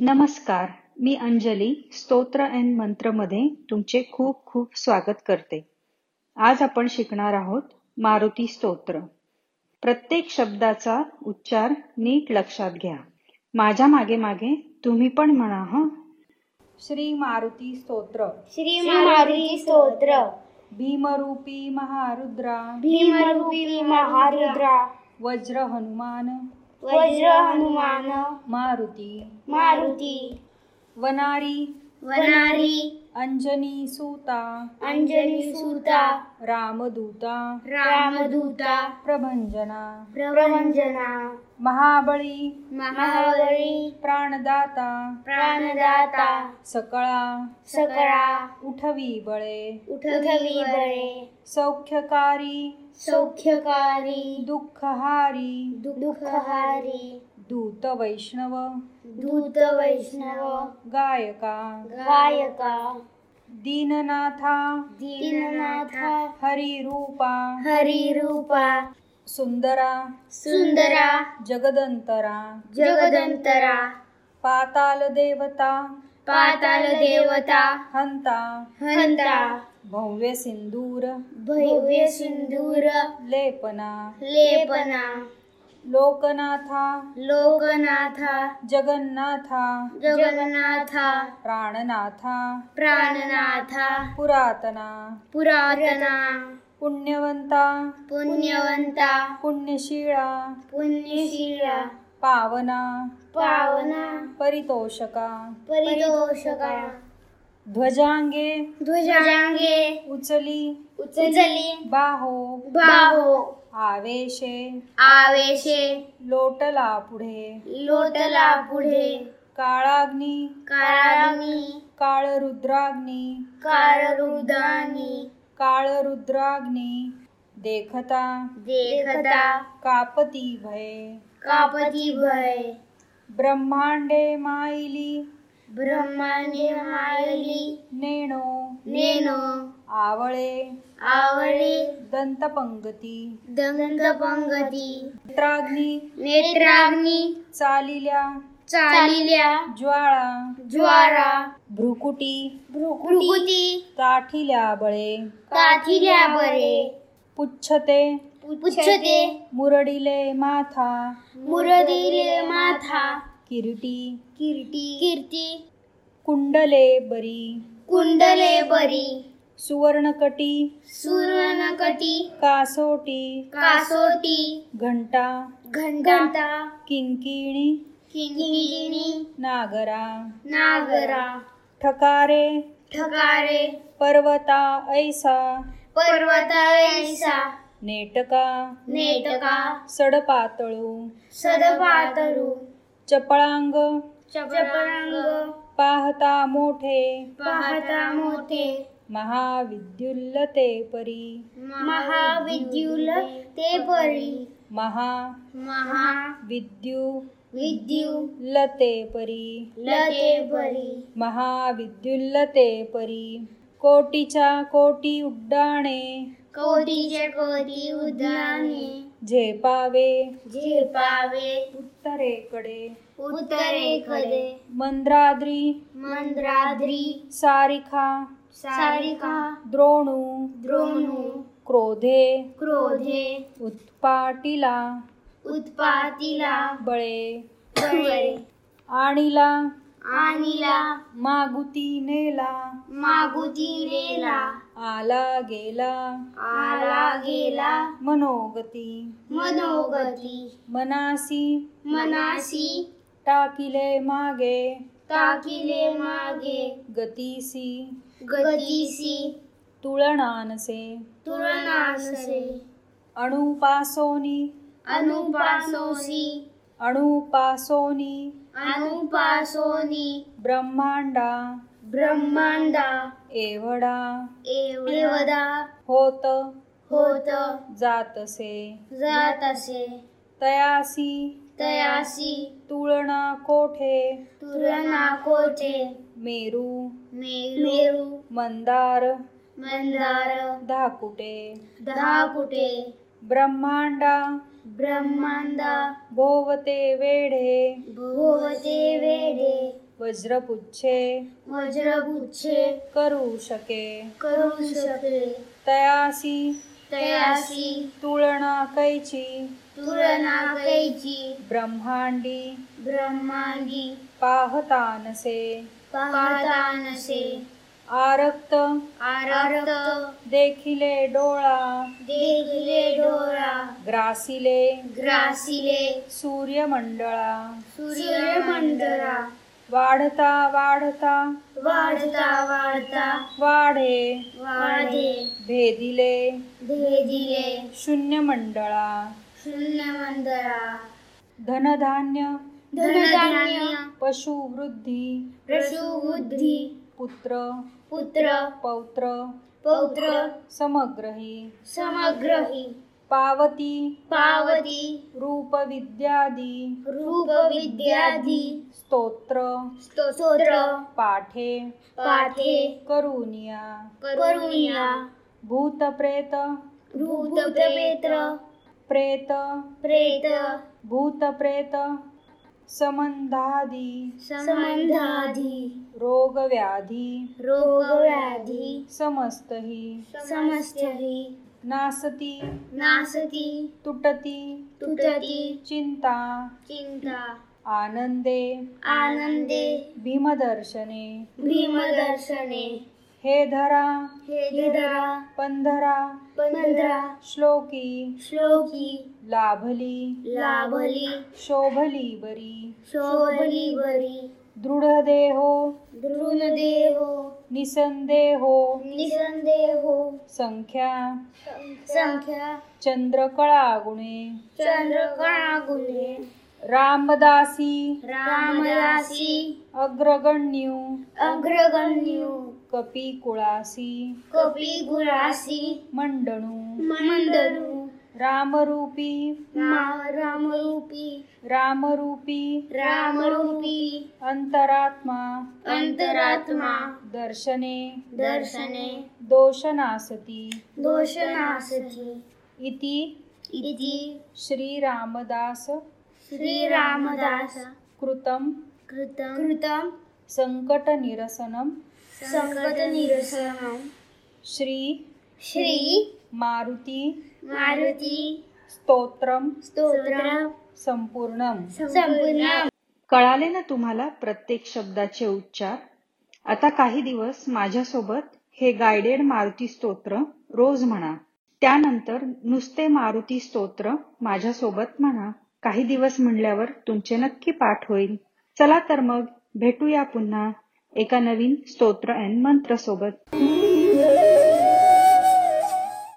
नमस्कार मी अंजली स्तोत्र अँड मंत्रमध्ये तुमचे खूप खूप स्वागत करते आज आपण शिकणार आहोत मारुती स्तोत्र प्रत्येक शब्दाचा उच्चार नीट लक्षात घ्या माझ्या मागे मागे तुम्ही पण म्हणा हं श्री मारुती स्तोत्र श्री मारुती स्तोत्र भीमरूपी महारुद्रा भीमरूपी महारुद्रा वज्र हनुमान वज्र हनुमान मारुती मारुती वनारी वनारी अंजनी सूता अंजनी सुता रामदूता रामदूता प्रभंजना प्रवंजना महाबळी महाबळी प्राणदाता प्राणदाता सकळा सकळा उठवी बळे उठवी बळे सौख्यकारी सौख्यकारी दुःखहारी दुःखहारी दूत वैष्णव दूत वैष्णव गायका गायका दीननाथा दीननाथा हरिरूपा हरिरूपा सुंदरा सुंदरा जगदंतरा जगदंतरा पाताल देवता पाताल देवता हंता हंता भव्य सिंदूर भव्य सिंदूर लेपना लेपना लोकनाथा लोकनाथा जगन्नाथा जगन्नाथा प्राणनाथा प्राणनाथा पुरातना पुरातना पुण्यवंता पुण्यवंता पुण्यशीळा पुण्यशिला पावना पावना परितोषका परितोषका ध्वजांगे ध्वजांगे उचली उचली बाहो बाहो आवेशे आवेशे लोटला पुढे लोटला पुढे काळाग्नी काळाग्नी काळरुद्राग्नी काररुदानी काळरुद्राग्नी देखता देखता कापती भये कापती भय ब्रह्मांडे माइली ब्रह्माने मायली नेणो नेनो आवळे आवळे दंतपंगती दंगपंगती नेत्राग्नी नेत्राग्नी चालिल्या चालिल्या ज्वाळा ज्वारा भ्रुकुटी भ्रुकुटी ताठिल्या बळे काथिल्या बरे पुच्छते पुच्छते मुरडिले माथा मुरदिले माथा किरीटी कीर्ती कीर्ती कुंडले बरी कुंडले बरी सुवर्णकटी सुवर्णकटी कासोटी कासोटी घंटा घंटा किंकिणी किंकिणी नागरा नागरा ठकारे ठकारे पर्वता ऐसा पर्वता ऐसा नेटका नेटका सडपातळू सदपातरू चपळांग चपरांग पाहता मोठे पाहता मोठे महाविद्युल्लते परी महाविद्युल ते परी महा महा विद्युलते विद्यु परी लते परी महाविद्युल्लते परी कोटीच्या कोटी उड्डाणे कोटीचे कोटी उद्याने झेपावे झेपावे उत्तरेकडे उत्तरेकडे मंद्राद्री मंद्राद्री सारिखा सारिका द्रोणू द्रोणू क्रोधे क्रोधे उत्पाटिला उत्पातीला बळे बरे आणिला आणिला मागुती नेला मागुतीला आला गेला आला गेला मनोगती मनोगती मनासी मनासी टाकिले मागे ताकिले मागे गतीसी गतीसी तुळणानसे तुलनासे अणुपासोनी अनुपासोसी अणुपासोनी अनुपासोनी ब्रह्मांडा ब्रह्मांडा एवढा एवढा होत होत जातसे जात असे तयासी तयासी तुळना कोठे तुलना कोठे मेरू मेरू मंदार मंदार धाकुटे दहा कुटे ब्रह्मांडा ब्रह्मांडा भोवते वेढे भोवते वेडे वज्रपुच्छे वज्रगुच्छे करू शके करू शके तयासी तयासी तुळना कैची तुलना कैची ब्रह्मांडी ब्रह्मांगी पाहता नसे पाहता नसे आरक्त आरक्त देखिले डोळा देखिले डोळा ग्रासिले ग्रासिले सूर्यमंडळा सूर्यमंडळा वाढता वाढता वाढता वाढता वाढे वाढे भेदिले भेदिले शून्यमंडळा शून्यमंडळा धनधान्य धनधान्य पशुवृद्धी प्रसूबुद्धी पुत्र पुत्र पौत्र पौत्र समग्रही समग्रही पावती पावती रूपविद्यादी रूपविद्यादि स्तोत्र स्तोत्र पाठे पाठे करुनिया करुणिया भूतप्रेत भूतप्रेत्र प्रेत प्रेत भूतप्रेत समंधादी संबंधादि रोगव्याधी रोगव्याधि समस्त ही समस्तहि नासती नासति तुटती तुटति चिंता चिन्ता आनंदे आनन्दे भीमदर्शने भीमदर्शने हे धरा हेदरा पंधरा पंधरा श्लोकी श्लोकी लाभली लाभली शोभली बरी शोभली वरी दृढदेहो दृढदेहो निसंदेहो निसंदेहो संख्या संख्या चंद्रकळा गुणे चंद्रकणा गुणे रामदासी रामदासी अग्रगण्यू अग्रगण्यो कपिकुळासी कपिगुरासी मंडणू मंदनु रामरूपी मा- रामरूपी रामरूपी रामरूपी अंतरात्मा अंतरात्मा दर्शने दर्शने दोषनासती दोषनासति इति इति श्रीरामदास श्रीरामदास कृतं कृतं कृतं संकटनिरसनं संकटनिरसनं श्री श्री मारुती मारुती स्तोत्रं स्तोत्रं संपूर्णं संपूर्ण कळाले ना तुम्हाला प्रत्येक शब्दाचे उच्चार आता काही दिवस माझ्यासोबत हे गायडेड मारुती स्तोत्र रोज म्हणा त्यानंतर नुसते मारुती स्तोत्र माझ्यासोबत म्हणा काही दिवस म्हणल्यावर तुमचे नक्की पाठ होईल चला तर मग भेटूया पुन्हा एका नवीन स्तोत्र अँड मंत्र सोबत